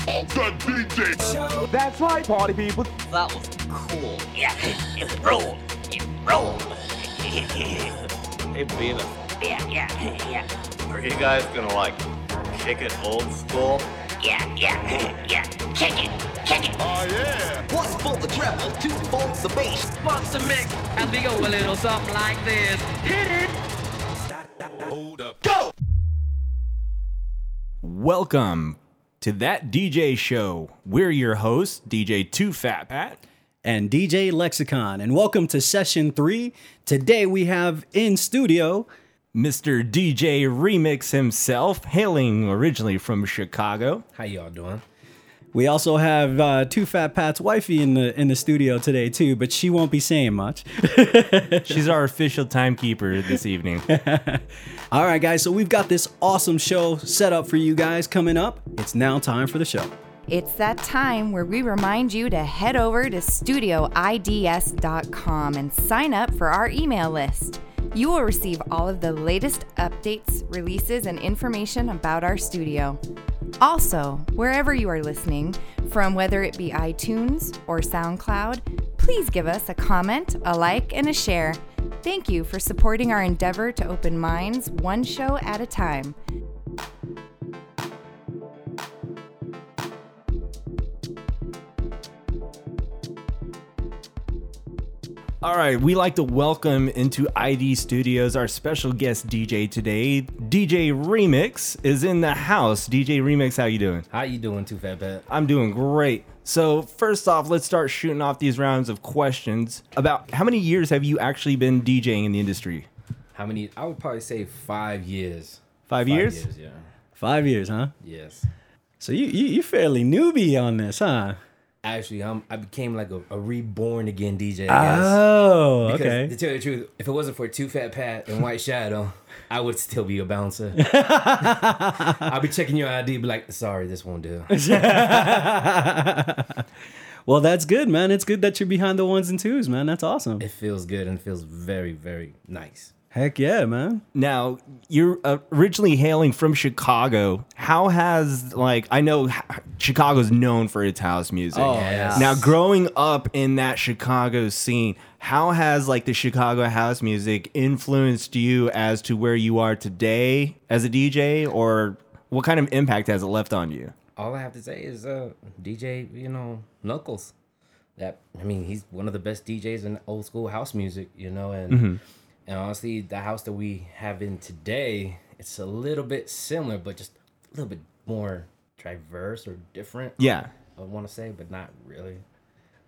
The DJ. That's right, party people. That was cool. Yeah, it rolled. It rolled. Hey, Beavis, Yeah, yeah, yeah, are you guys gonna like kick it old school? yeah, yeah, yeah. Kick it, kick it. Oh, yeah. What's for the treble, two folds the bass. Bust a mix as we go a little something like this. Hit it. Welcome to that DJ show. We're your hosts, DJ Two Fat Pat. and DJ Lexicon. And welcome to session three. Today we have in studio, Mr. DJ Remix himself, hailing originally from Chicago. How y'all doing? we also have uh, Two Fat Pat's wifey in the in the studio today too, but she won't be saying much. She's our official timekeeper this evening. All right, guys. So we've got this awesome show set up for you guys coming up. It's now time for the show. It's that time where we remind you to head over to studioids.com and sign up for our email list. You will receive all of the latest updates, releases, and information about our studio. Also, wherever you are listening, from whether it be iTunes or SoundCloud, please give us a comment, a like, and a share. Thank you for supporting our endeavor to open minds one show at a time. All right, we like to welcome into ID Studios our special guest DJ today. DJ Remix is in the house. DJ Remix, how you doing? How you doing, Too Fat Pat? I'm doing great. So, first off, let's start shooting off these rounds of questions about how many years have you actually been DJing in the industry? How many? I would probably say five years. Five years? Yeah. Five years, huh? Yes. So you you you fairly newbie on this, huh? Actually, I'm, I became like a, a reborn again DJ. Ah, I guess. Oh, Because okay. To tell you the truth, if it wasn't for Too Fat Pat and White Shadow, I would still be a bouncer. I'll be checking your ID, be like, sorry, this won't do. Well, that's good, man. It's good that you're behind the ones and twos, man. That's awesome. It feels good and feels very, very nice. Heck yeah, man. Now, you're uh, originally hailing from Chicago. How has like I know h- Chicago's known for its house music. Oh, Yes. Now, growing up in that Chicago scene, how has like the Chicago house music influenced you as to where you are today as a DJ or what kind of impact has it left on you? all I have to say is uh DJ, you know, Knuckles. That I mean, he's one of the best DJs in old school house music, you know, and Mm-hmm. and honestly, the house that we have in today, it's a little bit similar, but just a little bit more diverse or different. Yeah. I want to say, but not really.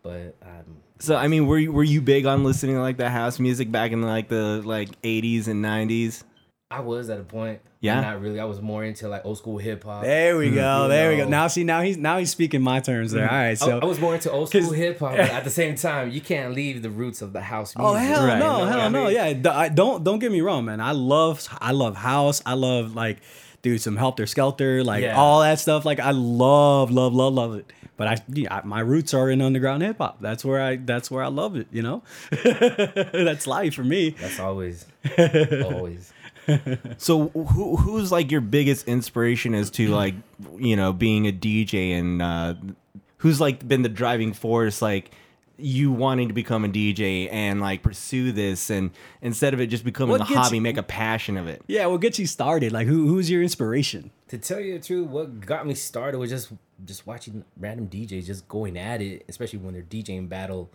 But um, So I mean, were you, were you big on listening to like the house music back in like the like 80s and 90s? I was at a point. Yeah. Not really. I was more into like old school hip hop. There we go. There we go. No. Now see, now he's now he's speaking my terms there. All right, I- so I was more into old school hip hop, but at the same time, you can't leave the roots of the house music. Oh hell Right. no, You know what I hell no, mean? yeah. d- I- don't don't get me wrong, man. I love I love house. I love like dude some helter skelter, like Yeah. all that stuff. Like I love love love love it. But I, yeah, I- my roots are in underground hip hop. That's where I that's where I love it. You know, that's life for me. That's always, always. So who who's like your biggest inspiration as to like you know being a DJ and uh, who's like been the driving force like you wanting to become a DJ and like pursue this and instead of it just becoming What a gets hobby, you- make a passion of it. Yeah, we'll get you started. Like who who's your inspiration? To tell you the truth, what got me started was just just watching random DJs just going at it, especially when they're DJing battle,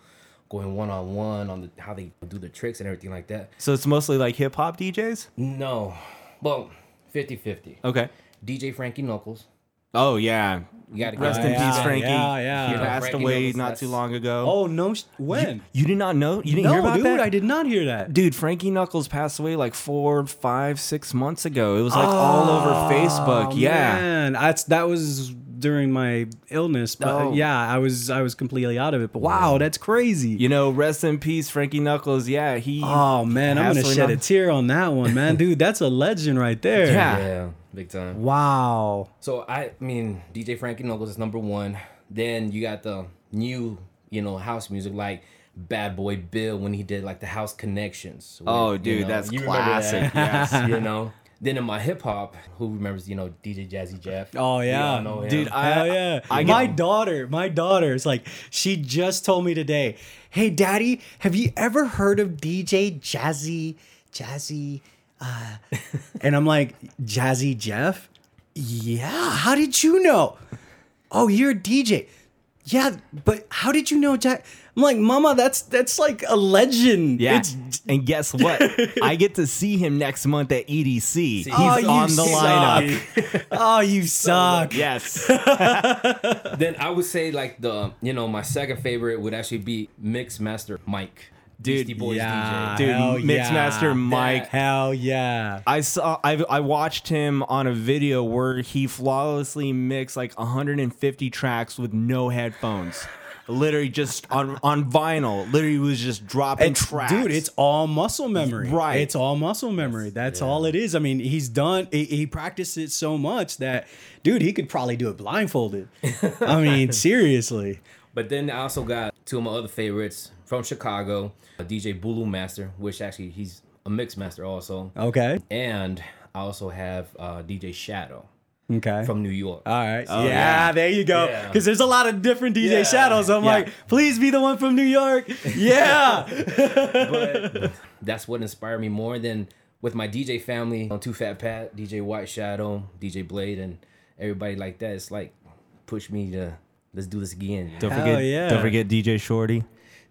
going one on one on the how they do the tricks and everything like that. So it's mostly like hip hop DJs. Mm-hmm. No, well, 50-50. Okay. DJ Frankie Knuckles, Oh yeah. you gotta Rest go in with yeah, peace, Frankie. yeah, yeah. He You know, passed Frankie away Knuckles, not that's- too long ago. Oh no, sh- when? you did not know? You didn't no, hear about dude, that? I did not hear that. Dude, Frankie Knuckles passed away like four, five, six months ago. It was like all over Facebook. Yeah. Oh, man, that's that was during my illness, but Oh. yeah, I was I was completely out of it. But wow, that's crazy. You know, rest in peace, Frankie Knuckles. Yeah, he. oh man, I'm gonna Absolutely shed a not. tear on that one, man, dude. That's a legend right there. Yeah. Yeah, big time. Wow. So I mean, DJ Frankie Knuckles is number one. Then you got the new, you know, house music like Bad Boy Bill when he did like the House Connections. Oh, You dude, know, that's you remember classic. that, yes. you know, Then in my hip hop, who remembers, you know, DJ Jazzy Jeff? Oh We yeah, all know him. dude! I, Hell yeah! I get- my daughter, my daughter is like, she just told me today. Hey, daddy, have you ever heard of DJ Jazzy Jazzy? Uh, and I'm like, Jazzy Jeff? Yeah. How did you know? Oh, you're a DJ. Yeah, but how did you know? Ja-? I'm like, Mama, that's that's like a legend. Yeah. It's and guess what? I get to see him next month at EDC. He's oh, you on the lineup. suck. oh, you suck. Yes. Then I would say like the you know my second favorite would actually be Mix Master Mike, Dude, Beastie Boys yeah. DJ. Dude, Hell Mixmaster yeah. Mike. Hell yeah. I saw I I watched him on a video where he flawlessly mixed like 150 tracks with no headphones. Literally just on on vinyl. Literally was just dropping It's- tracks. Dude, it's all muscle memory. Right. It's all muscle memory. That's all it is. I mean, he's done, he, he practiced it so much that, dude, he could probably do it blindfolded. I mean, seriously. But then I also got two of my other favorites from Chicago, DJ Bulu Master, which actually he's a Mix Master also, Okay. and I also have uh, DJ Shadow Okay. from New York. all right. yeah, there you go. Yeah. Because there's a lot of different DJ shadows. I'm Yeah. like, please be the one from New York. Yeah. That's what inspired me more than with my DJ family on Two Fat Pat, DJ White Shadow, DJ Blade, and everybody like that. It's like push me to let's do this again. don't Hell forget yeah. don't forget DJ Shorty.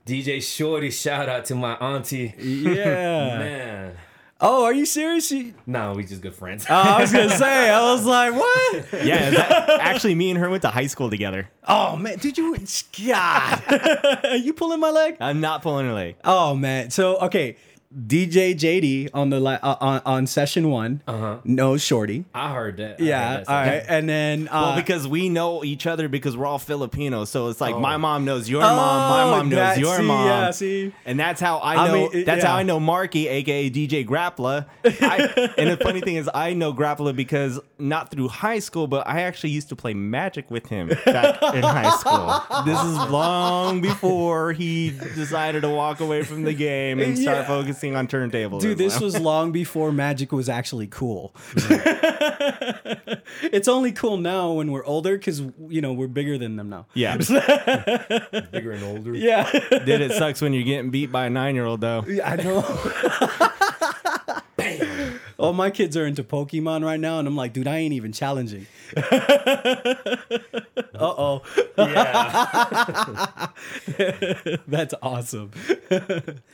DJ Shorty, shout out to my auntie. yeah. Man. Oh, are you serious? You- No, we just good friends. Oh, I was going to say, I was like, what? Yeah, that- actually me and her went to high school together. Oh, man. Did you? God. are you pulling my leg? I'm not pulling her leg. Oh man. So okay, DJ JD on the li- uh, on on session one. Uh-huh. No shorty. I heard that. Yeah. All right. And then uh, Well, because we know each other because we're all Filipino, so it's like my mom knows your Oh, mom, my mom knows that- your see, mom. yeah, see. And that's how I I know. mean, it- that's how yeah. I know Marky, aka DJ Grappla. I, and the funny thing is, I know Grappla because not through high school, but I actually used to play magic with him back in high school. This is long before he decided to walk away from the game and start Yeah. focusing on turntables. dude, this was long before magic was actually cool. it's only cool now when we're older because you know we're bigger than them now. yeah. Bigger and older. Yeah. Dude, it sucks when you're getting beat by a nine year old though. Yeah, I know. Oh, my kids are into Pokemon right now, and I'm like, dude, I ain't even challenging. uh oh. Yeah. That's awesome.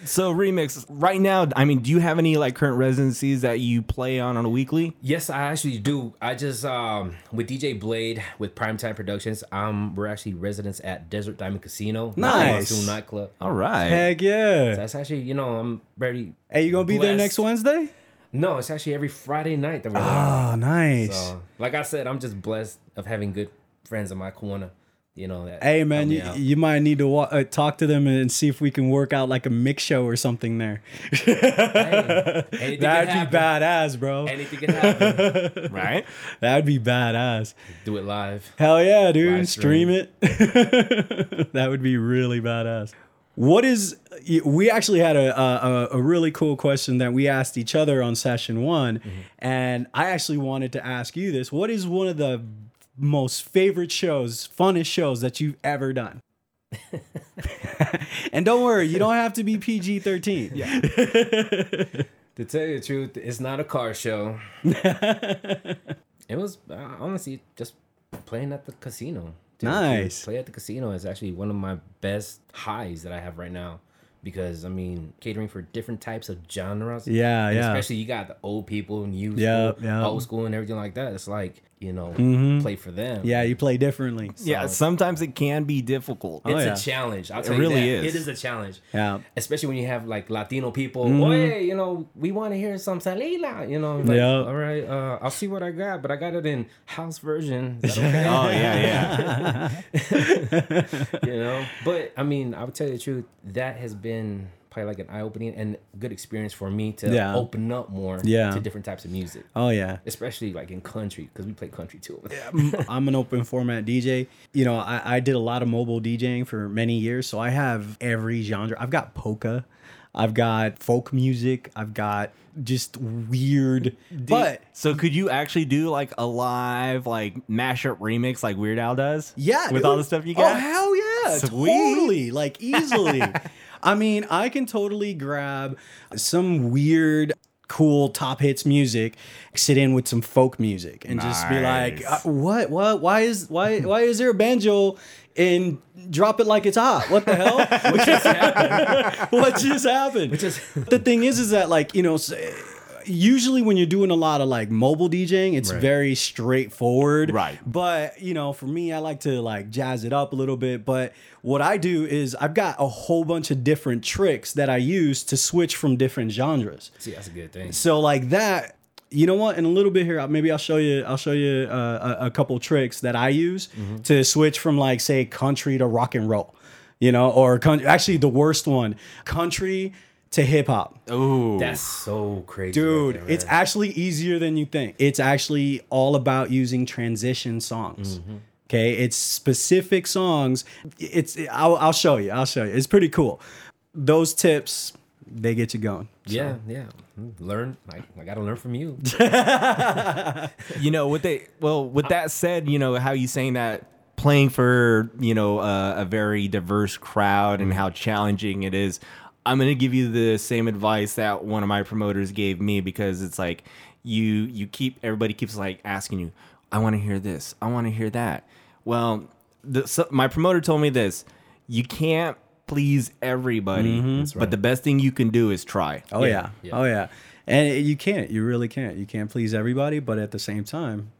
So remix right now. I mean, do you have any like current residencies that you play on on a weekly? Yes, I actually do. I just um with DJ Blade with Primetime Productions, um we're actually residents at Desert Diamond Casino. Nice. Monsoon Nightclub. All right. Heck yeah. That's actually, you know, I'm very Hey, you gonna be there blessed. next Wednesday? No, it's actually every Friday night that we're Oh, nice. So, like I said, I'm just blessed of having good friends in my corner. You know that. Hey help man, me you, out. you might need to wa- uh, talk to them and see if we can work out like a mix show or something there. Hey, anything can That'd be happen. badass, bro. Anything can happen. Right. That'd be badass. do it live. Hell yeah, dude. Live stream. stream. it. that would be really badass. What is we actually had a, a a really cool question that we asked each other on session one, and I actually wanted to ask you this: What is one of the most favorite shows, funnest shows that you've ever done? and don't worry, you don't have to be PG thirteen. Yeah. To tell you the truth, it's not a car show. it was uh, honestly just playing at the casino. To- to Nice. Play at the casino is actually one of my best highs that I have right now because I mean catering for different types of genres. Yeah, And yeah. Especially you got the old people and you, Yeah, school, yeah. old school and everything like that. It's like you know play for them. Mm-hmm. Yeah, you play differently. Yeah. Sometimes it can be difficult. Oh, It's yeah. a challenge. I'll It tell you really that. is. It is a challenge. Yeah. Mm-hmm. Especially when you have like Latino people. Oh, hey, you know, we want to hear some Salila. You know, like, Yeah. all right, uh, I'll see what I got, but I got it in house version. Is that okay? Oh yeah, yeah. you know, but I mean, I would tell you the truth. That has been probably like an eye opening and good experience for me to Yeah. open up more Yeah. to different types of music, Oh yeah. especially like in country because we play country too. I'm an open format DJ. You know, I, I did a lot of mobile DJing for many years, so I have every genre. I've got polka, I've got folk music. I've got just weird, but so could you actually do like a live like mashup remix like Weird Al does? Yeah, with all dude. the stuff you Oh got. hell yeah, Sweet. totally, like easily. I mean, I can totally grab some weird, cool top hits music, sit in with some folk music, and just be like, Nice. uh, "What? What? Why is why why is there a banjo?" And drop it like it's hot. What the hell? what just happened? what just happened? the thing is, is that like you know. s- Usually, when you're doing a lot of like mobile DJing, it's very straightforward. Right. But you know, for me, I like to like jazz it up a little bit. But what I do is I've got a whole bunch of different tricks that I use to switch from different genres. See, that's a good thing. So like that, you know what? In a little bit here, I- maybe I'll show you. I'll show you uh, a, a couple tricks that I use to switch from like say country to rock and roll. You know, or con- actually the worst one, country to hip hop. That's so crazy, Dude, right there, it's man. actually easier than you think. It's actually all about using transition songs. Okay, it's specific songs. It's I'll, I'll show you. I'll show you. It's pretty cool. Those tips they get you going. yeah, yeah. Mm, Learn, I, I gotta learn from you. you know with they well with that said you know how you saying that playing for you know uh, a very diverse crowd and how challenging it is i'm going to give you the same advice that one of my promoters gave me because it's like you you keep everybody keeps like asking you i want to hear this i want to hear that well the, so my promoter told me this you can't please everybody but the best thing you can do is try Mm-hmm. Oh yeah. Oh yeah. And you can't. You really can't. You can't please everybody, but at the same time,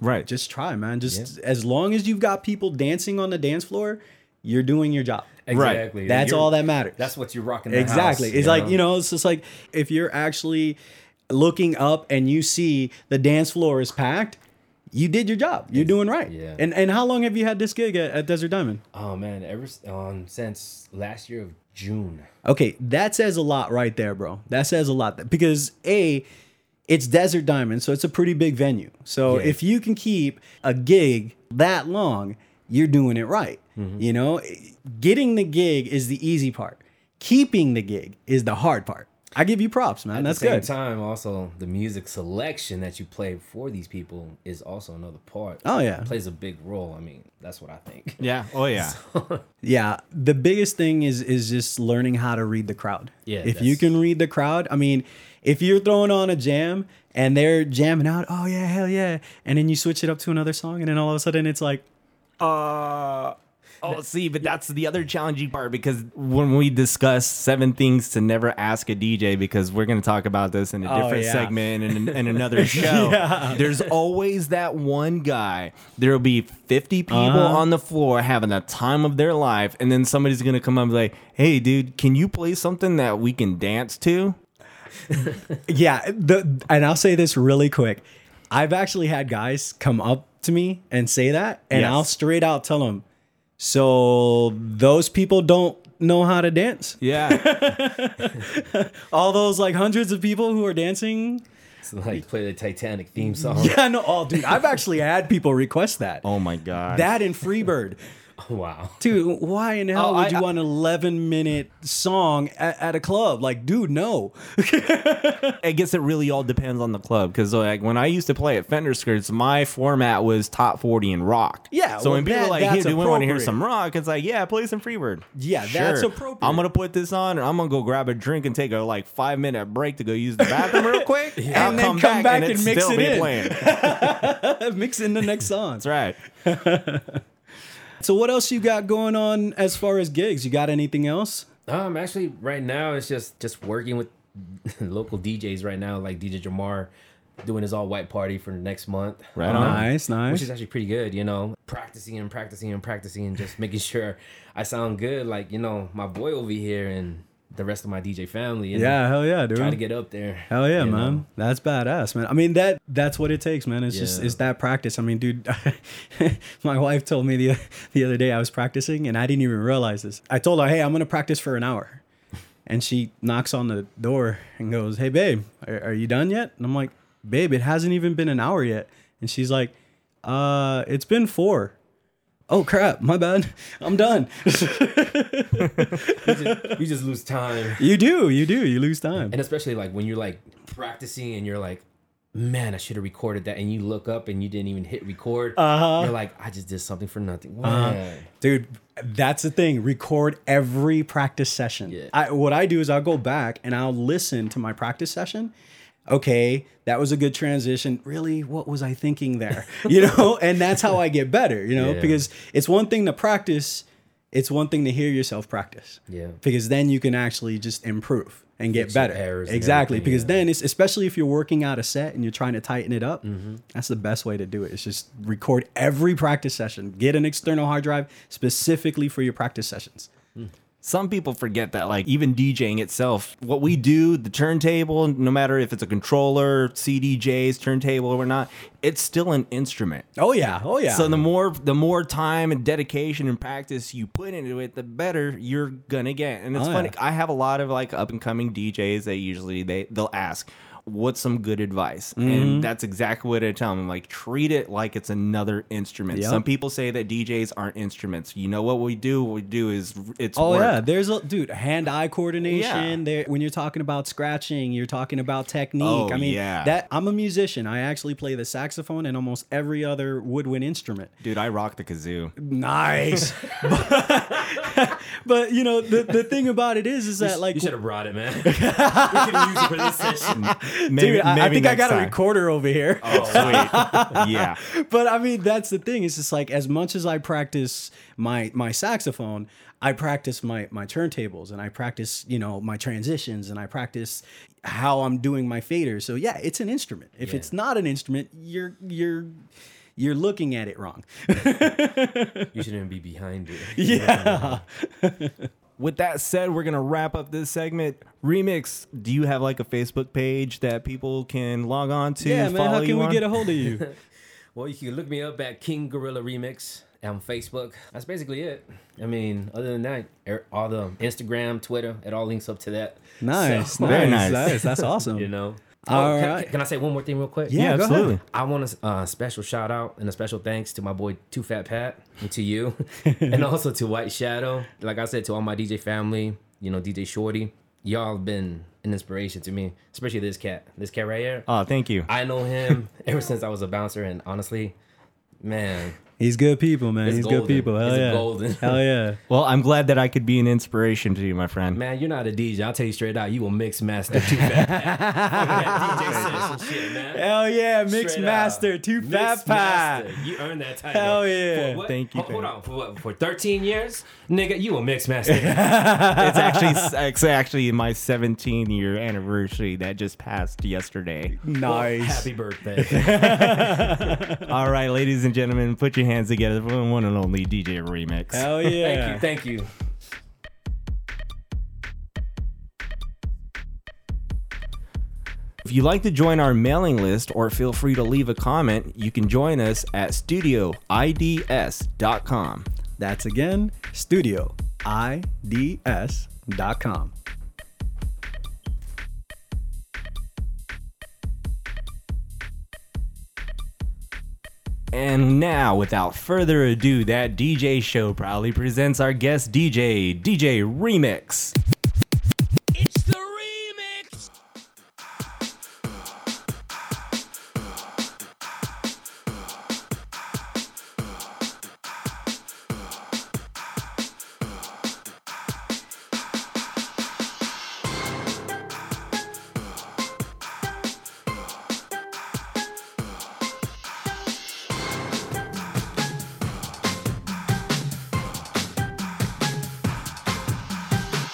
right just try, man. Just as long as you've got people dancing on the dance floor, you're doing your job. Exactly. That's You're- all that matters. That's what you're rocking. the Exactly. house, it's like, you know, it's just like if you're actually looking up and you see the dance floor is packed, you did your job. You're doing right. yeah. And and how long have you had this gig at, at Desert Diamond? Oh man, ever s- um since last year of June. Okay, that says a lot right there, bro. That says a lot because a it's Desert Diamond, so it's a pretty big venue. So if you can keep a gig that long, you're doing it right. Mm-hmm. You know, getting the gig is the easy part. Keeping the gig is the hard part. I give you props, man. At That's the same good. time, also the music selection that you play for these people is also another part. Oh, yeah. plays a big role. I mean, that's what I think. yeah oh yeah Yeah, the biggest thing is is just learning how to read the crowd. Yeah, if you that's- can read the crowd, I mean, if you're throwing on a jam and they're jamming out, oh yeah, hell yeah, and then you switch it up to another song, and then all of a sudden it's like, Oh, see, but that's the other challenging part because when we discuss seven things to never ask a DJ, because we're going to talk about this in a Oh, different yeah. segment and, and another show, there's always that one guy. There'll be 50 people Uh-huh. on the floor having the time of their life, and then somebody's going to come up and be like, hey, dude, can you play something that we can dance to? yeah. The and I'll say this really quick. I've actually had guys come up to me and say that, and Yes. I'll straight out tell them, so those people don't know how to dance. Yeah. All those like hundreds of people who are dancing. It's like play the Titanic theme song. Yeah, no, oh, dude, I've actually had people request that. oh, my God. That and Freebird. Wow. Dude, why in hell Oh, would I- you I- want an 11 minute song at, at a club? Like, dude, no. I guess it really all depends on the club because like when I used to play at Fender Skirts, my format was top forty in rock. Yeah, So well, when people that- are like, "Hey, that's do we want to hear appropriate. some rock?" It's like, "Yeah, play some Freebird." Yeah, that's appropriate. I'm gonna put this on and I'm gonna go grab a drink and take a like five minute break to go use the bathroom real quick, I'll And then come back and it's mix still it be in. Playing. That's Mix in the next songs. right. So, what else you got going on as far as gigs? You got anything else? Um, actually, right now it's just just working with local DJs right now, like DJ Jamar, doing his all white party for the next month. Right Um, on. Nice, Which nice. is actually pretty good, you know. Practicing and practicing and practicing and just making sure I sound good, like you know my boy over here and the rest of my DJ family. You know, yeah, hell yeah, dude. try to get up there. Hell yeah, you know. man. That's badass, man. I mean that that's what it takes, man. It's just Yeah. it's that practice. I mean, dude, my wife told me the the other day I was practicing and I didn't even realize this. I told her, "Hey, I'm going to practice for an hour." And she knocks on the door and goes, "Hey, babe, are, are you done yet?" And I'm like, "Babe, it hasn't even been an hour yet." And she's like, "Uh, it's been 4." oh crap, my bad, I'm done. You just, you just lose time. you do, you do, you lose time. And especially like when you're like practicing and you're like, man, I should have recorded that. And you look up and you didn't even hit record. Uh-huh. You're like, I just did something for nothing. Uh-huh. Man. dude that's the thing record every practice session Yeah. I, what i do is i'll go back and i'll listen to my practice session okay that was a good transition really what was i thinking there you know and that's how i get better you know Yeah. because it's one thing to practice it's one thing to hear yourself practice Yeah. because then you can actually just improve and get Fix your better errors and exactly everything, because yeah. then it's especially if you're working out a set and you're trying to tighten it up that's the best way to do it it's just record every practice session get an external hard drive specifically for your practice sessions some people forget that like even DJing itself, what we do, the turntable, no matter if it's a controller, CDJs, turntable or not, it's still an instrument. oh yeah oh yeah So the more the more time and dedication and practice you put into it, the better you're gonna get. And it's Oh, funny. yeah. I have a lot of like up and coming DJs that usually they they'll ask, "What's some good advice?" Mm-hmm. And that's exactly what I tell them. Like treat it like it's another instrument. Yep. Some people say that DJs aren't instruments. You know what we do? What we do is it's Oh work. yeah, there's a dude hand-eye coordination. Yeah. There, when you're talking about scratching, you're talking about technique. Oh, I mean, yeah. that I'm a musician. I actually play the saxophone and almost every other woodwind instrument. Dude, I rock the kazoo. Nice, but, but, you know the, the thing about it is, is that like You should have brought it, man. we could have used it for this session. Maybe, Dude, I, I maybe think I next got a time. recorder over here. Oh, sweet. yeah. But I mean, that's the thing. It's just like as much as I practice my my saxophone, I practice my my turntables and I practice you know my transitions and I practice how I'm doing my faders. So yeah, it's an instrument. If Yeah. it's not an instrument, you're you're you're looking at it wrong. You shouldn't even be behind it. yeah. With that said, we're gonna wrap up this segment. Remix, do you have like a Facebook page that people can log on to? Yeah, man. follow How you can we on? get a hold of you? Well, you can look me up at King Gorilla Remix on Facebook. That's basically it. I mean, other than that, er- all the Instagram, Twitter, it all links up to that. nice, So, Very nice, nice. nice. That's awesome. You know. All Oh, can, right. can I say one more thing real quick? Yeah, Yeah, go ahead. absolutely. I want a uh, special shout out and a special thanks to my boy Two Fat Pat and to you, and also to White Shadow. Like I said, to all my DJ family, you know, DJ Shorty, y'all have been an inspiration to me, especially this cat, this cat right here. Oh, thank you. I know him ever since I was a bouncer, and honestly, man, He's good people, man. It's He's good golden. people. Hell It's yeah. golden. Hell yeah. well, I'm glad that I could be an inspiration to you, my friend. man, you're not a DJ. I'll tell you straight out, you will mix master Two Fat Pat. Fucking that DJ session shit, man. Hell yeah. Straight Mixed up. master, two Mixed fat pie. master. You earned that title. Hell yeah. For what? Thank you, Ho- Hold, thank on. For what? For 13 years? Nigga, you a mixed master. it's actually it's actually my 17 year anniversary that just passed yesterday. Nice. Happy birthday. All right, ladies and gentlemen, put your hands together for one and only DJ Remix. Hell yeah. Thank you. Thank you. If you'd like to join our mailing list or feel free to leave a comment, you can join us at studioids.com. That's again studioids.com. And now, without further ado, that DJ show proudly presents our guest DJ, DJ Remix. It's the remix.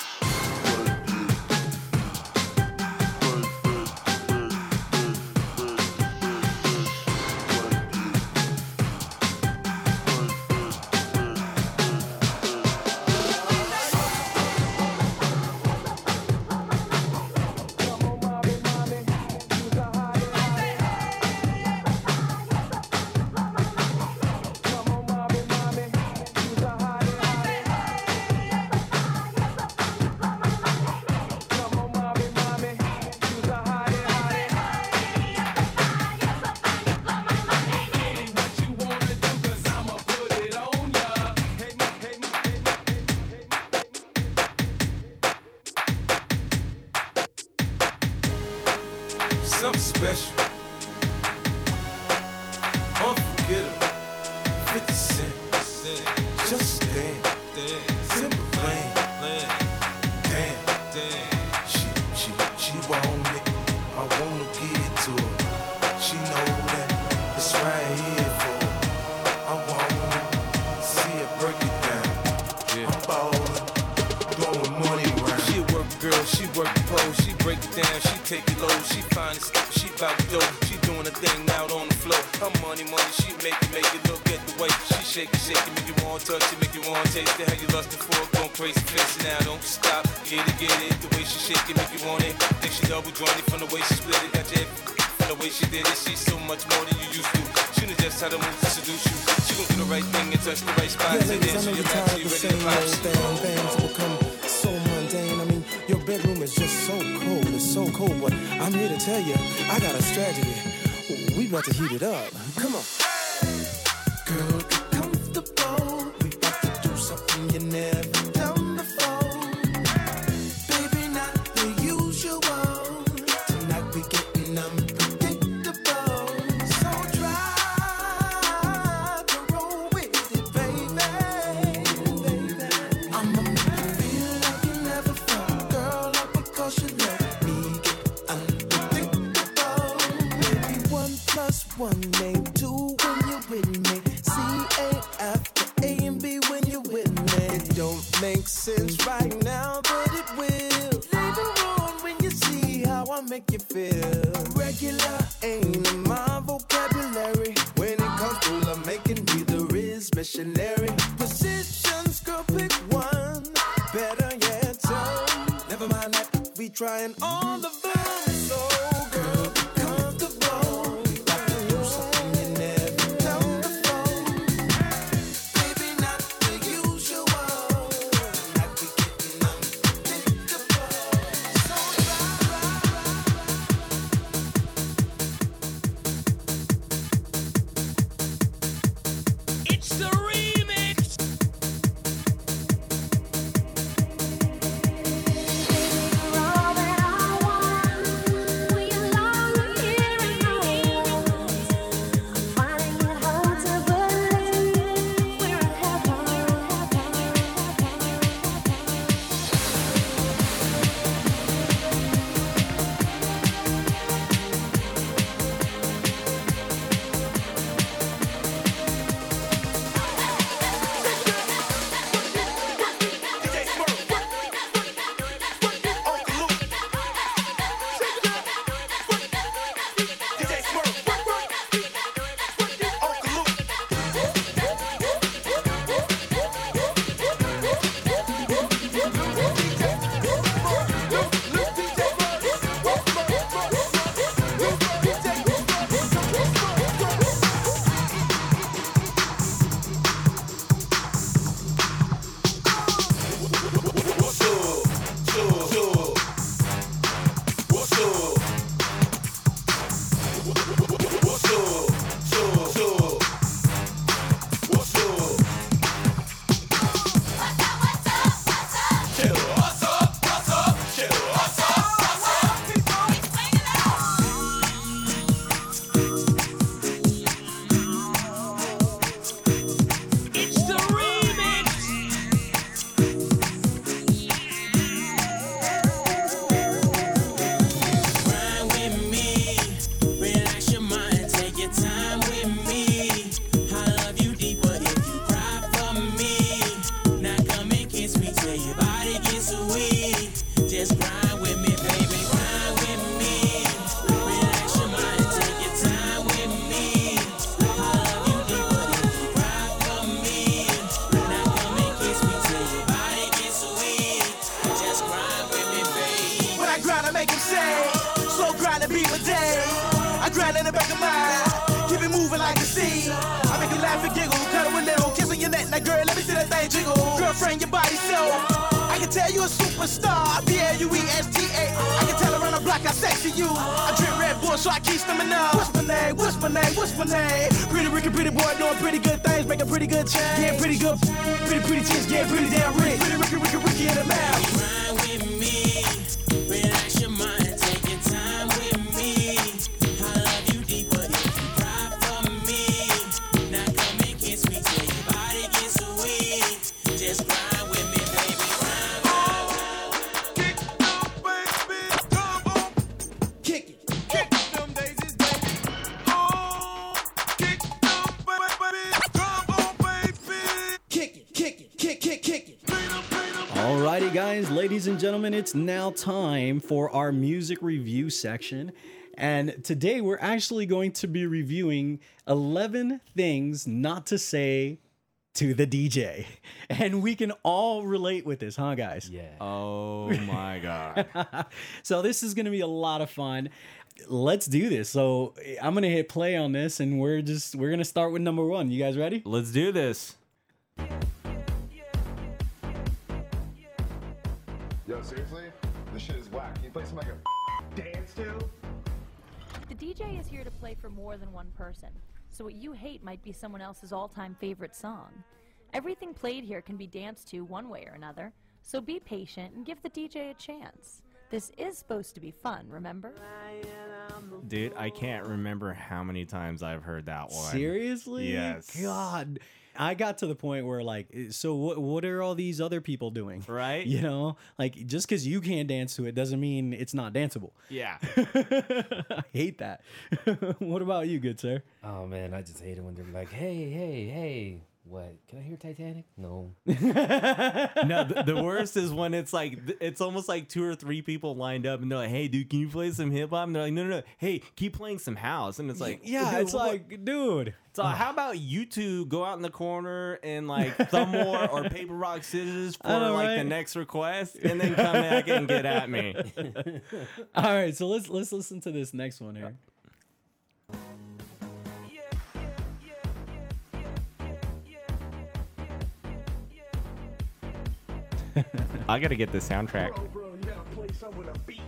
It's the remix. special. Unforgettable. 50 cent. Just dance. Simple plan. Damn. She, she, she want it. I wanna give it to her. She know that it's right here for her. I want it. See her break it down. I'm ballin'. Throwing money around. She a work girl, she work the pole, she break it down, she take it low, she find it, she bout dope, she doing a thing out on the floor. Her money, money, she make it, make it look at the way she shake it, shake it, make you want to touch it, make you want to taste it. How you lustin' for it, going crazy, face it now, don't stop, get it, get it. The way she shake it, make you want it. Think she double jointed from the way she split it, got your head the way she did it, she's so much more than you used to. She knew just how to move to seduce you. She gon' do the right thing and touch the right spots, and then I know she you're your tired back, of she the ready same to pop. old She thing. Things become so mundane. I mean, your bedroom is just so cold. It's so cold, but I'm here to tell you, I got a strategy. We about to heat it up. Come on. Girl, get comfortable. We about to do something you never done before. Baby, not the usual. Tonight we getting unpredictable. So try to roll with it, baby. I'ma make you feel like you never felt, girl, all because you let me get unpredictable. Maybe one plus one make two when you're with me. C A after A and B when you're with me. It don't make sense right now, but it will. Later on when you see how I make you feel. Regular ain't in my vocabulary. When it comes to love making, we the risk missionary. Positions, girl, pick one. Better yet, some. Never mind that. We trying all the them. So, girl, be comfortable. We about to do something you never done before. Baby, not the usual. Tonight we getting unpredictable. So try, try, try. It's the remix. It's the remix. Ride with me, relax your mind, take your time with me. I love you deeper if you cry for me. Now come and kiss me till your body gets weak. Just ride with me, baby, ride with me. Relax your mind, take your time with me. I love you deeper if you cry for me. Now come and kiss me till your body gets weak. Just ride with me, baby. When I grind, I make him say, slow grind to be my day. I grind in the back of my eye, keep it moving like a sea. I make you laugh and giggle, cuddle a little, kiss on your neck, now girl, let me see that thing jiggle. Girlfriend, your body so, I can tell you a superstar, B-L-U-E-S-T-A. I can tell around the block I sexy you. I drink Red Bull, so I keep swimming up. What's my name? What's my name? What's my name? Pretty Ricky, pretty boy, doing pretty good things, making pretty good change. Yeah, pretty good, pretty, pretty chicks, yeah, pretty damn rich. Pretty Ricky, Ricky, Ricky in the mouth. Ride with me, relax your mind, take your time with me. I Alrighty, guys, ladies and gentlemen, it's now time for our music review section. And today we're actually going to be reviewing 11 things not to say to the DJ. And we can all relate with this, huh, guys? Yeah. Oh my God. so this is going to be a lot of fun. Let's do this. So I'm going to hit play on this and we're just we're going to start with number 1. You guys ready? Let's do this. Yo, seriously? This shit is whack. Can you play some like a dance to? The DJ is here to play for more than one person, so what you hate might be someone else's all time favorite song. Everything played here can be danced to one way or another, so be patient and give the DJ a chance. This is supposed to be fun, remember? Dude, I can't remember how many times I've heard that one. Seriously? Yes. God. I got to the point where like eh, so what what are all these other people doing? Right? You know, like just cuz you can't dance to it doesn't mean it's not danceable. Yeah. I hate that. what about you, good sir? Oh man, I just hate it when they're like, "Hey, hey, hey, what? Can I hear Titanic?" No. no, the, the worst is when it's like th- it's almost like two or three people lined up and they're like, "Hey, dude, can you play some hip hop?" And they're like, "No, no, no. Hey, keep playing some house." And it's like, Yeah, "Dude, it's what- like, dude. So how about you two go out in the corner and like thumb war or paper rock scissors for I know, like the right? next request, and then come back and get at me. All right, so let's let's listen to this next one here. I gotta get the soundtrack. Bro, you gotta play some with a beat.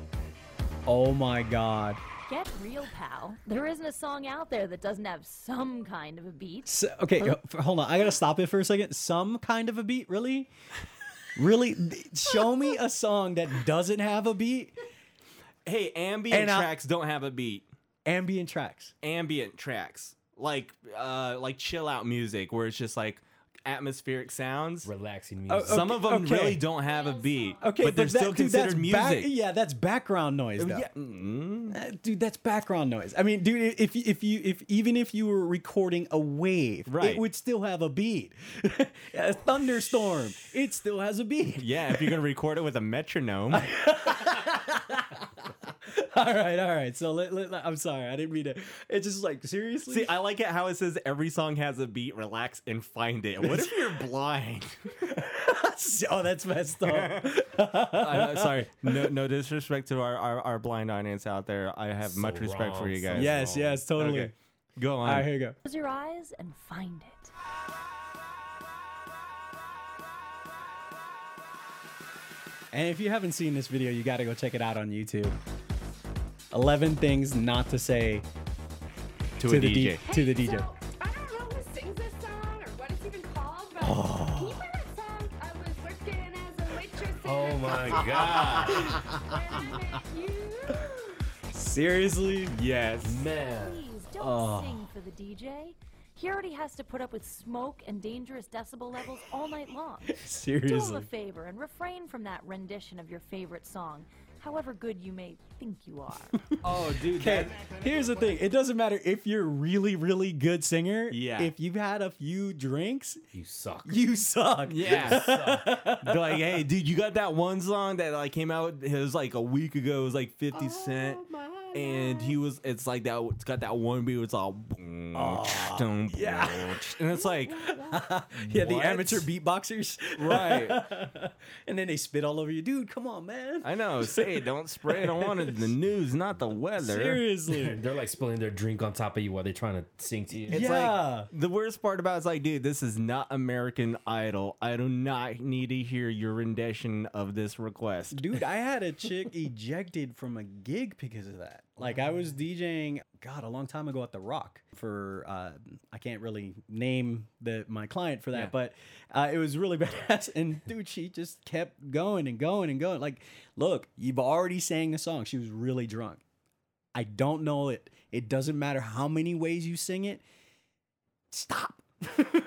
Oh my god. Get real, pal. There isn't a song out there that doesn't have some kind of a beat. S okay, ho- f- hold on. I gotta stop it for a second. Some kind of a beat, really? Really? Th- Show me a song that doesn't have a beat. Hey, ambient And uh, I- tracks don't have a beat. Ambient tracks. Ambient tracks like uh like chill out music where it's just like atmospheric sounds. Relaxing Oh, music. okay, Some of them okay. really don't have a beat. Okay, but they're that- still dude, that's considered back- music. Oh, yeah, that's background noise, though. Yeah. Mm-hmm. Uh, dude, that's background noise. I mean, dude, if if you if even if you were recording a wave, Right. it would still have a beat. a thunderstorm, it still has a beat. Yeah, if you're gonna record it with a metronome. All right, all right. So let, let- I'm sorry, I didn't mean to. It's just like seriously. See, I like it how it says every song has a beat, relax and find it. What if you're blind? oh, that's messed up. I know, sorry, no, no disrespect to our, our, our blind audience out there. I have much respect for you guys. yes, yes, totally. Okay. Go on. All right, here you go. Close your eyes and find it. And if you haven't seen this video, you got to go check it out on YouTube. 11 things not to say To, to a the DJ. D- to the DJ. So, I don't know who sings this song or what it's even called, but can you play that song? I was working as a waitress. Oh my god. Seriously? Yes. Man. Please don't Oh. sing for the DJ. He already has to put up with smoke and dangerous decibel levels all night long. Do him a Seriously. favor and refrain from that rendition of your favorite song, however good you may think you are. Oh, dude. Okay, here's the thing. It doesn't matter if you're really, really good singer. Yeah. If you've had a few drinks, You suck. you suck. Yeah. They're like, hey, dude, you got that one song that like came out. It was like a week ago. It was like Fifty Cent, and he was. It's like that. It's got that one beat. where It's all. boom, boom, yeah. boom. and it's like, Yeah, the What? amateur beatboxers. right. and then they spit all over you. Dude, come on, man. I know. Say, it, don't spray it on it. The news, not the weather. Seriously. They're like spilling their drink on top of you while they're trying to sing to you. It's Yeah. like the worst part about it is like, dude, this is not American Idol. I do not need to hear your rendition of this request. Dude, I had a chick ejected from a gig because of that. Like I was DJing, God, a long time ago at the Rock for uh, I can't really name the my client for that, Yeah. but uh, it was really badass. And dude, she just kept going and going and going. Like, look, you've already sang the song. She was really drunk. I don't know it. It doesn't matter how many ways you sing it. Stop.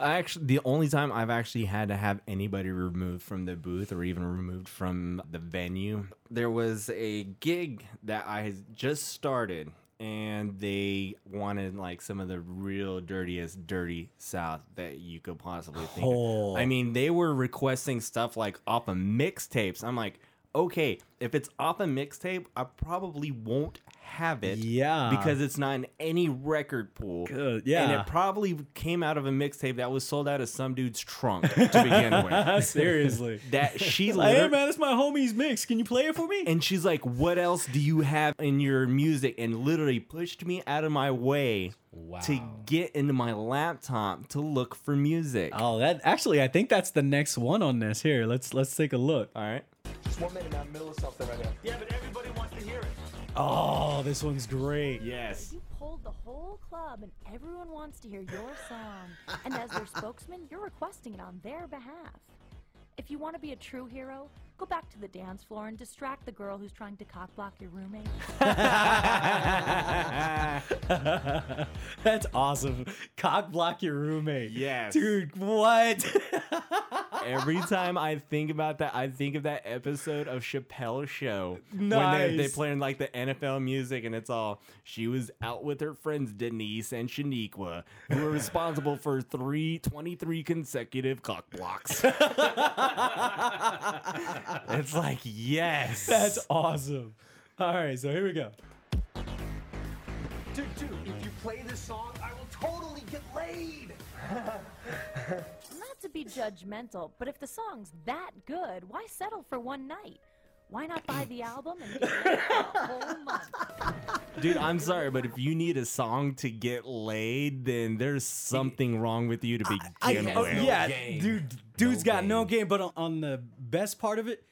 I actually, the only time I've actually had to have anybody removed from the booth or even removed from the venue, there was a gig that I had just started. and they wanted like some of the real dirtiest dirty South that you could possibly think. Oh. Of. I mean, they were requesting stuff like off of mixtapes. I'm like, okay, if it's off a mixtape, I probably won't have it. Yeah. because it's not in any record pool. Good, yeah. and it probably came out of a mixtape that was sold out of some dude's trunk to begin with. Seriously. that she. Like, hey lit- man, it's my homie's mix. Can you play it for me? and she's like, "What else do you have in your music?" And literally pushed me out of my way to get into my laptop to look for music. Oh, that actually, I think that's the next one on this. Here, let's let's take a look. All right. Just one minute, I'm in the middle of something right now. Yeah, but everybody wants to hear it. Oh, this one's great. Yes. You polled the whole club, and everyone wants to hear your song. and as their spokesman, you're requesting it on their behalf. If you want to be a true hero, go back to the dance floor and distract the girl who's trying to cockblock your roommate. Oh. That's awesome. Cock block your roommate. Yes. Dude, what? Every time I think about that, I think of that episode of Chappelle's Show when they, they Nice. playing like the NFL music, and it's all she was out with her friends Denise and Shaniqua, who were responsible for three 23 consecutive cock blocks. it's like yes, That's awesome. All right, so here we go. Dude, dude, if you play this song, I will totally get laid. Not to be judgmental, but if the song's that good, why settle for one night? Why not buy the album and get laid for a whole month? dude. I'm sorry, but if you need a song to get laid, then there's something wrong with you to begin oh, with. yeah, dude, dude's got no game. But on, on the best part of it,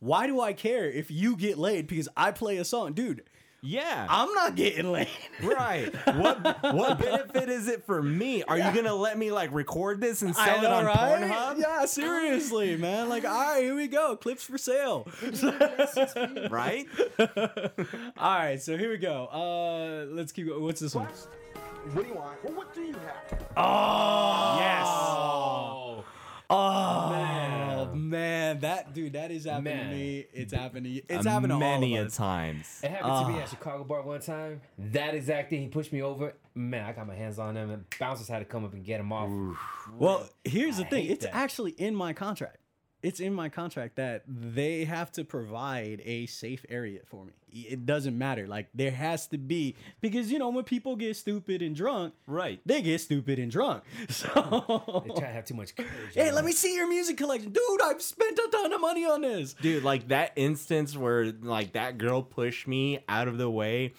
why do I care if you get laid because I play a song, dude? Yeah, I'm not getting laid. Right. What what benefit is it for me? Are you gonna let me like record this and sell it on Pornhub? Yeah, seriously, man. Like, all right, here we go. Clips for sale. Right? all right, so here we go. Uh, let's keep going. What's this one? What do you want? Well, what do you have? Oh Yes. Oh, man. that dude, that is happening Man. to me. It's happened to you. It's Uh, happened to many all a of us. times. It happened to me Ah. at Chicago Bar one time. That exact thing. He pushed me over. Man, I got my hands on him, and bouncers had to come up and get him off. Well, here's the I thing. hate It's that. actually in my contract. It's in my contract that they have to provide a safe area for me. It doesn't matter. Like there has to be because you know when people get stupid and drunk, right? They get stupid and drunk. So They try to have too much courage. hey, let me see your music collection, dude. I've spent a ton of money on this. Dude, like that instance where like that girl pushed me out of the way.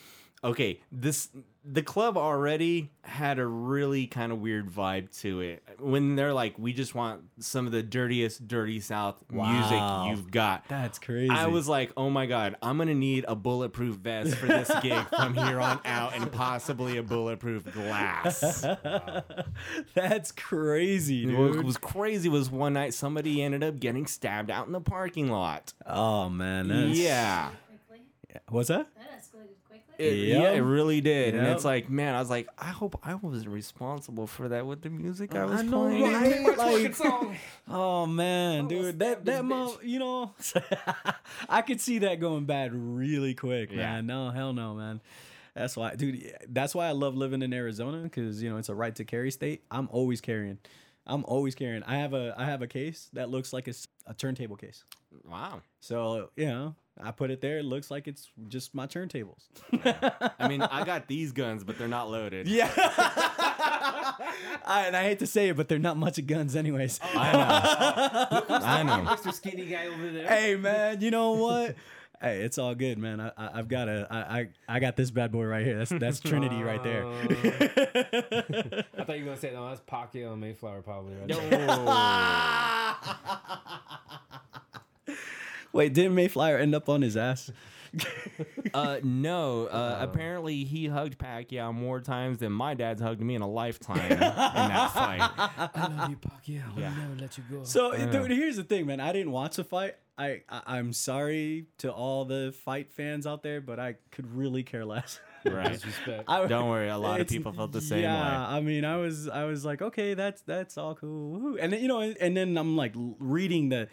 Okay, this the club already had a really kind of weird vibe to it. When they're like, we just want some of the dirtiest, dirty South Wow. music you've got. That's crazy. I was like, oh my God, I'm going to need a bulletproof vest for this gig from here on out and possibly a bulletproof glass. That's crazy, dude. What was crazy was one night somebody ended up getting stabbed out in the parking lot. Oh man, that's- yeah. What's that? It, Yep. Yeah, it really did. And Yep. it's like, man, I was like, I hope I wasn't responsible for that with the music I was I know, playing. right? Like, oh man, dude, that that mom, you know, I could see that going bad really quick, Yeah. man. No, hell no, man. That's why, dude. yeah, That's why I love living in Arizona because you know it's a right to carry state. I'm always carrying. I'm always carrying. I have a I have a case that looks like a, s- a turntable case. Wow. So you know, I put it there. It looks like it's just my turntables. I mean, I got these guns, but they're not loaded. Yeah. I, and I hate to say it, but they're not much of guns, anyways. I Oh, know. Mr. Skinny guy over there. hey man, you know what? hey, it's all good, man. I, I I've got a I, I I got this bad boy right here. That's that's Trinity right there. I thought you were gonna say no. That's Pocky on Mayflower, probably. Right Wait, didn't Mayflower end up on his ass? Uh, no. Uh, apparently he hugged Pacquiao more times than my dad's hugged me in a lifetime in that fight. I love you, Pacquiao. I'll never let you go. So, I know. dude, here's the thing, man. I didn't watch the fight. I, I I'm sorry to all the fight fans out there, but I could really care less. Right. Disrespect. I- Don't worry, a lot of it's- people felt the same yeah, way. I mean, I was, I was like, okay, that's that's all cool, Woo. and then, you know, and, and then I'm like l- reading the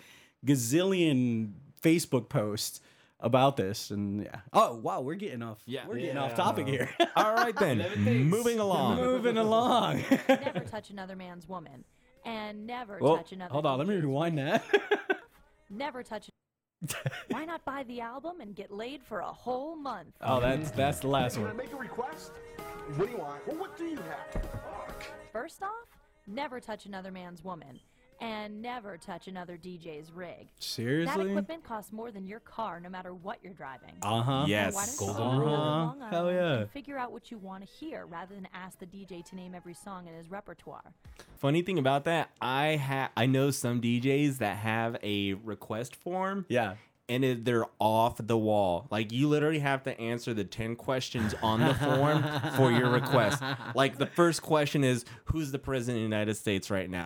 gazillion Facebook posts about this. And yeah. Oh wow, we're getting off. Yeah, we're getting off topic here. All right then, moving along. Moving along. never touch another man's woman, and never well, touch another. hold on, let me rewind that. Never touch. Why not buy the album and get laid for a whole month? Oh, that's that's the last Can I one. make a request? What do you want? Well, what do you have? First off, never touch another man's woman. And never touch another DJ's rig. That Seriously? equipment costs more than your car, no matter what you're driving. Uh-huh. So Yes. why don't you Golden go rule. to Long Uh-huh. Hell Island yeah. and Figure out what you want to hear, rather than ask the DJ to name every song in his repertoire. Funny thing about that, I ha- I know some DJs that have a request form. Yeah. And it, they're off the wall. Like you literally have to answer the ten questions on the form for your request. Like the first question is, "Who's the president of the United States right now?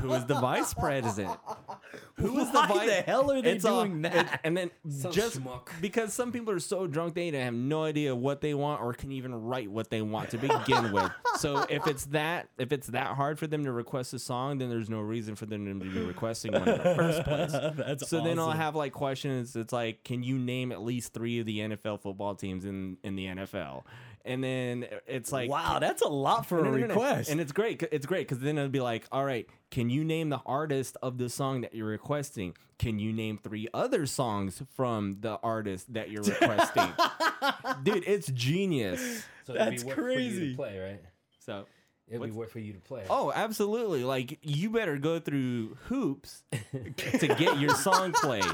Who is the vice president? Who is Why the hell are they doing that? it's- and then Some just schmuck. because some people are so drunk they have no idea what they want or can even write what they want to begin with. So if it's that if it's that hard for them to request a song, then there's no reason for them to be requesting one in the first place. That's so then I'll awesome. have like questions. It's like, can you name at least three of the NFL football teams in in the NFL? And then it's like, Wow, that's a lot for a request. And it's great. It's great because then it'll be like, all right, can you name the artist of the song that you're requesting? Can you name three other songs from the artist that you're requesting? Dude, it's genius. So it'd be worth For you to play, right? So it'd be what's- worth for you to play. Oh, absolutely. Like you better go through hoops to get your song played.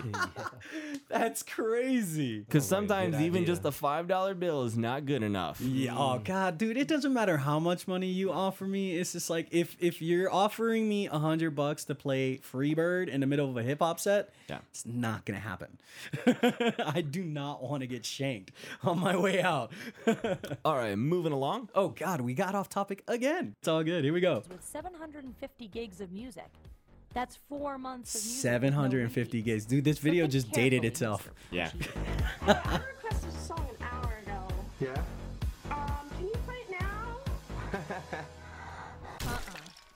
That's crazy. Because sometimes good even idea. just a five dollar bill is not good enough. Yeah. Oh God, dude, it doesn't matter how much money you offer me. It's just like if if you're offering me a hundred bucks to play Freebird in the middle of a hip hop set, yeah. it's not gonna happen. I do not want to get shanked on my way out. all right, moving along. Oh God, we got off topic again. It's all good. Here we go. With 750 gigs of music, that's four months of music. Seven hundred and fifty gigs, dude. This video just dated carefully, itself. Yeah. I requested a song an hour ago. Yeah. Um, can you play it now?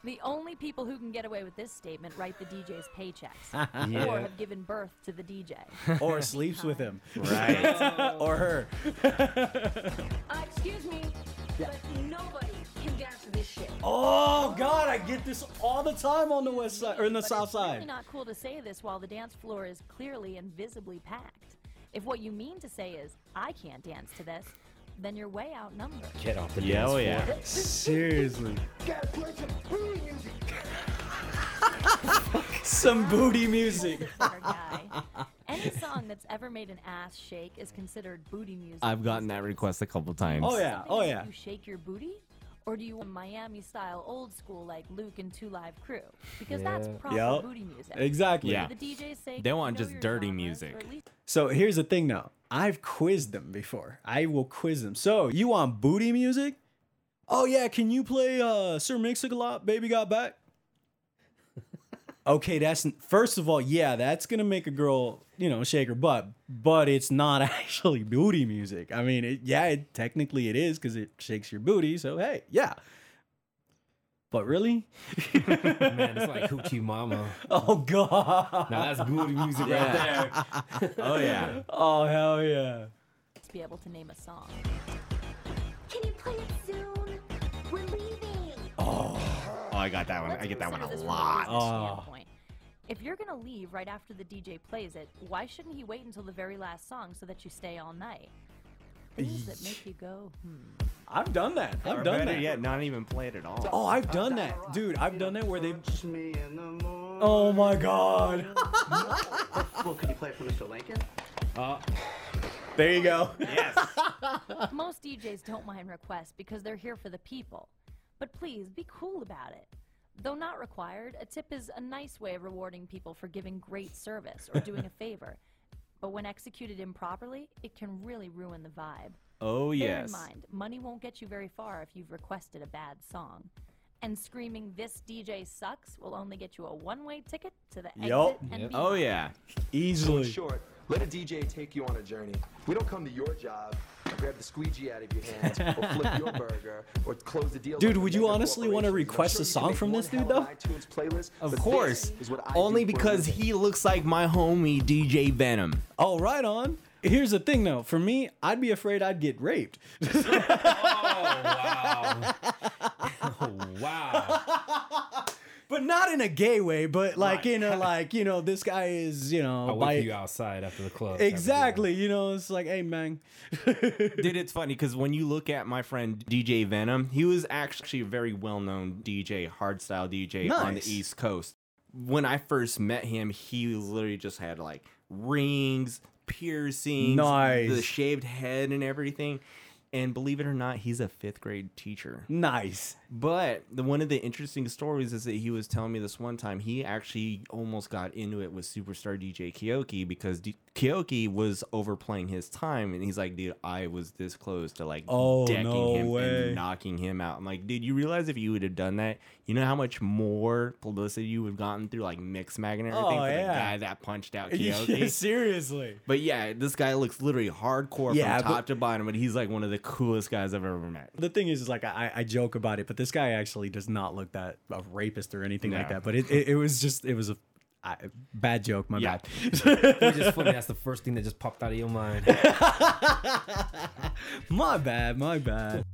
The only people who can get away with this statement write the DJ's paychecks, Yeah. or have given birth to the DJ. or sleeps with him. Right. or her. Uh, excuse me, but nobody can dance to this shit. Oh God, I get this all the time on the west side or in the But south it's really side. not cool to say this while the dance floor is clearly and visibly packed. If what you mean to say is, I can't dance to this, then you're way outnumbered. Get off the Yeah, dance oh, floor. yeah. Seriously. Gotta play some booty music. Some booty music. Any song that's ever made an ass shake is considered booty music. I've gotten that request a couple times. Oh, yeah. Something that You shake your booty? Or do you want Miami style old school like Luke and Two Live Crew? Because Yeah. that's proper Yep. booty music. Exactly. The DJs say They you want know just your dirty genres, music. or at least So here's the thing though. I've quizzed them before. I will quiz them. So you want booty music? Oh yeah, can you play uh Sir Mix a lot, Baby Got Back? Okay, that's first of all, yeah, that's gonna make a girl, you know, shake her butt, but it's not actually booty music. I mean, it, yeah, it, technically it is because it shakes your booty. So hey, yeah, but really, Man, it's like Hoochie Mama. oh god, Now that's booty music right there. oh yeah. oh hell yeah. be able to name a song. Can you play it soon? We're leaving. Oh, I got that one. I get that one a lot. Oh. Oh, standpoint. If you're gonna leave right after the DJ plays it, why shouldn't he wait until the very last song so that you stay all night? Things that make you go, hmm. I've done that. I've done that. yet, not even played at all. Oh, I've done that, dude. I've done that where they. Oh my god. Well, could you play for Mr. Lincoln? Uh, there you go. Most DJs don't mind requests because they're here for the people. But please be cool about it. Though not required, a tip is a nice way of rewarding people for giving great service or doing a favor. But when executed improperly, it can really ruin the vibe. Oh, Bear yes. in mind, money won't get you very far if you've requested a bad song. And screaming this DJ sucks will only get you a one-way ticket to the exit and be Oh yeah. So in short, let a DJ take you on a journey. We don't come to your job. grab the squeegee out of your hands, or flip your burger, or close the deal. Dude, like would a you mega honestly want to corporation. request a song from this dude though? iTunes playlist. but Of this course. is what I Only do for a because he looks like my homie DJ Venom. Oh, right on. Here's the thing though, for me, I'd be afraid I'd get raped. wow. But not in a gay way, but like in a like, you know, this guy is, you know, I'll bi- whip you outside after the club. Exactly. You know, it's like, hey man. Dude, it's funny because when you look at my friend DJ Venom, he was actually a very well known DJ, hardstyle DJ on Nice. the East Coast. When I first met him, he literally just had like rings, piercings, Nice. the shaved head, and everything. And believe it or not, he's a fifth grade teacher. Nice. But the, one of the interesting stories is that he was telling me this one time he actually almost got into it with superstar DJ Kyoki because D- Kyoki was overplaying his time, and he's like, "Dude, I was this close to like Oh, decking no him way. and knocking him out." I'm like, "Dude, you realize if you would have done that, you know how much more publicity you would have gotten through like Mix Mag and everything Oh, for the yeah. guy that punched out Yeah, Kyoki." seriously. But yeah, this guy looks literally hardcore Yeah, from but- top to bottom, but he's like one of the coolest guys I've ever met. The thing is, is like I, I joke about it, but this guy actually does not look that a rapist or anything like No. that. But it, it, it was just it was a I, bad joke. My Yeah. bad. It was just funny. That's the first thing that just popped out of your mind. my bad. My bad.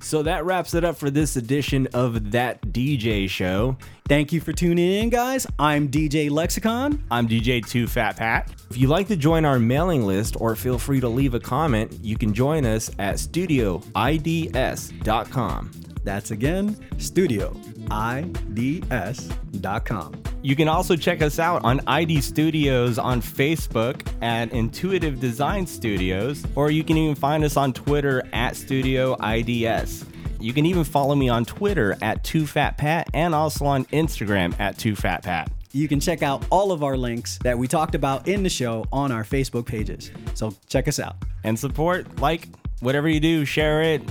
So that wraps it up for this edition of That DJ Show. Thank you for tuning in, guys. I'm DJ Lexicon. I'm DJ Two Fat Pat. If you'd like to join our mailing list or feel free to leave a comment, you can join us at studioids.com. That's again studioids.com. You can also check us out on ID Studios on Facebook at Intuitive Design Studios, or you can even find us on Twitter at Studio IDS. You can even follow me on Twitter at 2FatPat and also on Instagram at 2FatPat. You can check out all of our links that we talked about in the show on our Facebook pages. So check us out. And support, like, whatever you do, share it.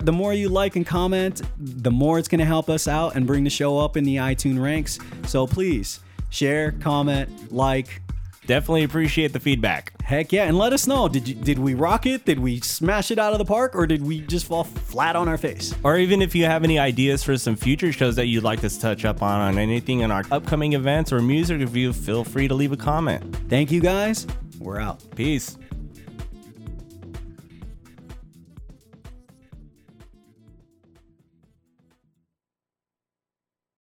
The more you like and comment, the more it's going to help us out and bring the show up in the iTunes ranks. So please share, comment, like. Definitely appreciate the feedback. Heck yeah, and let us know. Did you, did we rock it? Did we smash it out of the park or did we just fall flat on our face? Or even if you have any ideas for some future shows that you'd like us to touch up on, on anything in our upcoming events or music review, feel free to leave a comment. Thank you guys. We're out. Peace.